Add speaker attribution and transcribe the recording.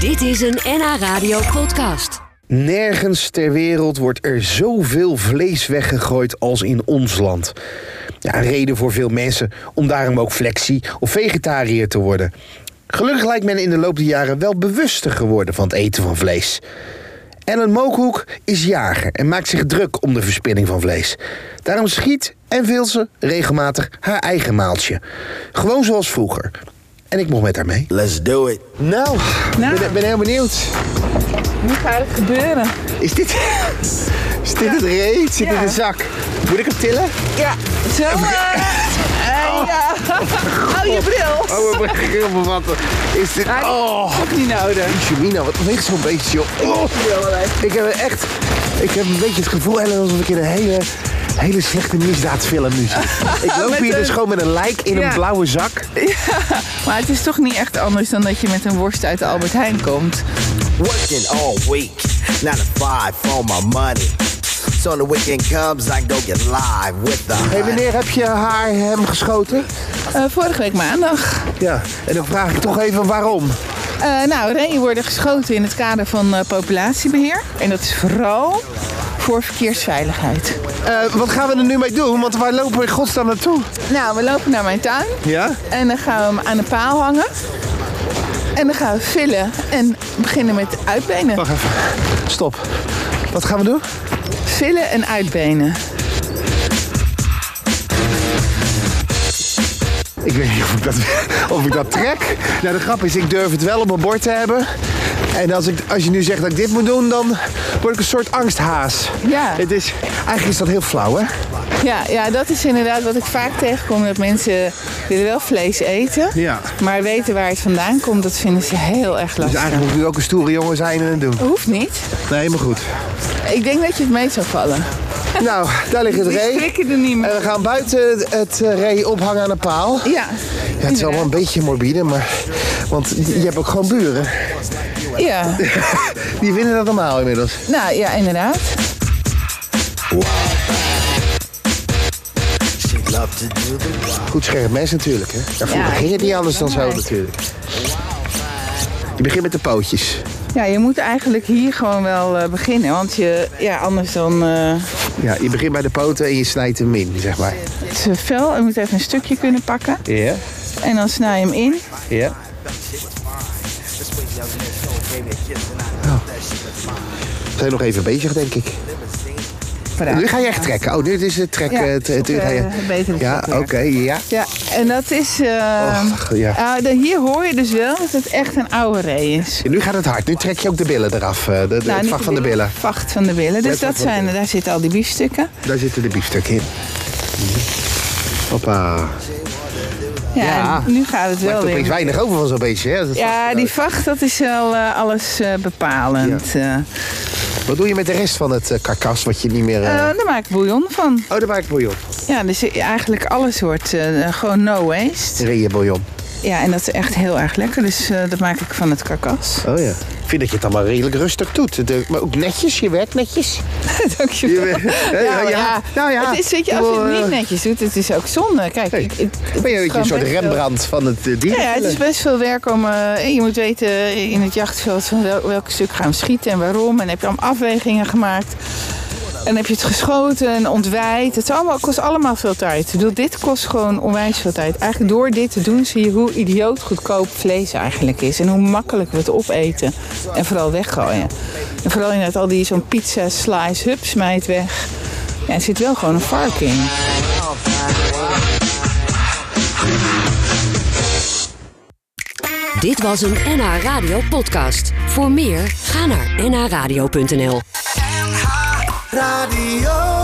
Speaker 1: Dit is een NH Radio podcast.
Speaker 2: Nergens ter wereld wordt er zoveel vlees weggegooid als in ons land. Ja, een reden voor veel mensen om daarom ook flexie of vegetariër te worden. Gelukkig lijkt men in de loop der jaren wel bewuster geworden van het eten van vlees. Ellen Mookhoek is jager en maakt zich druk om de verspilling van vlees. Daarom schiet en veelt ze regelmatig haar eigen maaltje. Gewoon zoals vroeger. En ik mocht met haar mee.
Speaker 3: Let's do it.
Speaker 2: Nou,
Speaker 4: Nou.
Speaker 2: ben, ben heel benieuwd.
Speaker 4: Nu gaat het gebeuren.
Speaker 2: Is dit, is dit het reet? Zit
Speaker 4: Ja.
Speaker 2: in de zak? Moet ik hem tillen?
Speaker 4: Ja, zo. eh, eh, ja. Oh, je bril.
Speaker 2: Oh, we beginnen me wat. Is dit...
Speaker 4: Ah, die-
Speaker 2: Oh,
Speaker 4: Ook niet nodig.
Speaker 2: Jemina, wat weegt zo'n beetje op? Oh, ik heb echt... Ik heb een beetje het gevoel, Ellen, alsof ik in een hele, hele slechte misdaadfilm nu zit. Ik loop
Speaker 4: Met
Speaker 2: hier dus
Speaker 4: een-
Speaker 2: gewoon met een lijk in een
Speaker 4: Ja.
Speaker 2: blauwe zak.
Speaker 4: Maar het is toch niet echt anders dan dat je met een worst uit de Albert Heijn komt.
Speaker 3: Working all week, nine to five for my money. So when the weekend comes, I go get live with the.
Speaker 2: Hé, wanneer heb je haar hem geschoten?
Speaker 4: Eh, vorige week maandag.
Speaker 2: Ja, en dan vraag ik toch even waarom.
Speaker 4: Eh, nou, reeën worden geschoten in het kader van eh, populatiebeheer. En dat is vooral voor verkeersveiligheid.
Speaker 2: Eh, wat gaan we er nu mee doen? Want waar lopen we in godsnaam naartoe?
Speaker 4: Nou, we lopen naar mijn tuin.
Speaker 2: Ja?
Speaker 4: En dan gaan we hem aan een paal hangen. En dan gaan we villen en beginnen met uitbenen.
Speaker 2: Wacht even. Stop. Wat gaan we doen?
Speaker 4: Villen en uitbenen.
Speaker 2: Ik weet niet of ik dat, of ik dat trek. Nou, de grap is, ik durf het wel op mijn bord te hebben. En als, ik, als je nu zegt dat ik dit moet doen, dan word ik een soort angsthaas.
Speaker 4: Ja.
Speaker 2: Het is, eigenlijk is dat heel flauw, hè?
Speaker 4: Ja, ja, dat is inderdaad wat ik vaak tegenkom. Dat mensen willen wel vlees eten.
Speaker 2: Ja.
Speaker 4: Maar weten waar het vandaan komt, dat vinden ze heel erg
Speaker 2: Dus
Speaker 4: lastig.
Speaker 2: eigenlijk moet ik ook een stoere jongen zijn en het doen.
Speaker 4: Hoeft niet.
Speaker 2: Nee, maar goed.
Speaker 4: Ik denk dat je het mee zou vallen.
Speaker 2: Nou, daar ligt het
Speaker 4: Die
Speaker 2: ree.
Speaker 4: strikken er niet
Speaker 2: En
Speaker 4: meer.
Speaker 2: we gaan buiten het- het eh, ree ophangen aan een paal.
Speaker 4: Eh, Ja.
Speaker 2: Ja, het is wel een beetje morbide, maar... Want je hebt ook gewoon buren.
Speaker 4: Ja.
Speaker 2: Die vinden dat normaal inmiddels.
Speaker 4: Nou ja, inderdaad.
Speaker 3: She love to do the wild.
Speaker 2: Goed scherp mes natuurlijk, hè? Ja, vroeger
Speaker 4: Ja,
Speaker 2: ging het niet anders dan zo
Speaker 4: belangrijk.
Speaker 2: natuurlijk. Je begint met de pootjes.
Speaker 4: Ja, je moet eigenlijk hier gewoon wel eh, beginnen. Want je, ja, anders dan... eh,
Speaker 2: Ja, je begint bij de poten en je snijdt hem in, zeg maar.
Speaker 4: het is eh, fel. Je moet even een stukje kunnen pakken.
Speaker 2: Ja,
Speaker 4: En dan snij je hem in.
Speaker 2: ja. We zijn nog even bezig, denk ik. Nu ga je echt trekken. Oh, nu is het trekken.
Speaker 4: Ja,
Speaker 2: het- het-
Speaker 4: zoek,
Speaker 2: ga je-
Speaker 4: eh, een betere
Speaker 2: ja, oké,
Speaker 4: zoekwerk.
Speaker 2: ja.
Speaker 4: Ja, en dat is... eh,
Speaker 2: Och, ja.
Speaker 4: ah, de- hier hoor je dus wel dat het echt een oude ree is.
Speaker 2: Ja, Nu gaat het hard. Nu trek je ook de billen eraf. eh, De, de,
Speaker 4: Nou,
Speaker 2: het
Speaker 4: niet
Speaker 2: vacht van de billen.
Speaker 4: Vacht van de billen. Dus
Speaker 2: Letterlijk
Speaker 4: dat
Speaker 2: van de
Speaker 4: zijn,
Speaker 2: billen.
Speaker 4: daar zitten al die biefstukken.
Speaker 2: Daar zitten de biefstukken in. Mhm. Hoppa.
Speaker 4: Ja,
Speaker 2: Ja.
Speaker 4: en nu gaat het
Speaker 2: Er
Speaker 4: wel
Speaker 2: is
Speaker 4: weer.
Speaker 2: opeens weinig over van zo'n beestje, hè? Dat
Speaker 4: Ja,
Speaker 2: vacht-
Speaker 4: die vacht, dat is wel eh, alles eh, bepalend. Eh,
Speaker 2: Wat doe je met de rest van het eh, karkas wat je niet meer... eh,
Speaker 4: eh, daar maak ik bouillon van.
Speaker 2: Oh, daar maak ik bouillon.
Speaker 4: Ja, dus eigenlijk alles wordt eh, gewoon no waste.
Speaker 2: Reeën bouillon.
Speaker 4: Ja, en dat is echt heel erg lekker. Dus eh, dat maak ik van het karkas.
Speaker 2: Oh ja. Ik vind dat je het allemaal redelijk rustig doet. De- maar ook netjes, je werkt netjes.
Speaker 4: Dankjewel.
Speaker 2: ja,
Speaker 4: Ja, maar ja.
Speaker 2: Nou ja.
Speaker 4: Het is, weet je, als je
Speaker 2: Wel,
Speaker 4: het
Speaker 2: eh,
Speaker 4: niet netjes doet, het is ook zonde. Kijk,
Speaker 2: Nee.
Speaker 4: ik, ik,
Speaker 2: ben je
Speaker 4: het is
Speaker 2: een beetje
Speaker 4: gewoon
Speaker 2: een soort
Speaker 4: best wel-
Speaker 2: Rembrandt van het eh, dier?
Speaker 4: Ja, ja, het is best veel werk om. eh, je moet weten in het jachtveld van wel, welk stuk gaan we schieten en waarom. En heb je allemaal afwegingen gemaakt. En heb je het geschoten en ontwijd. Het is allemaal, kost allemaal veel tijd. Ik bedoel, dit kost gewoon onwijs veel tijd. Eigenlijk door dit te doen zie je hoe idioot goedkoop vlees eigenlijk is. En hoe makkelijk we het opeten. En vooral weggooien. En vooral inderdaad al die zo'n pizza slice, hup, smijt weg. Ja, er zit wel gewoon een vark in.
Speaker 1: Dit was een NH Radio podcast. Voor meer, ga naar nhradio.nl.
Speaker 3: Radio.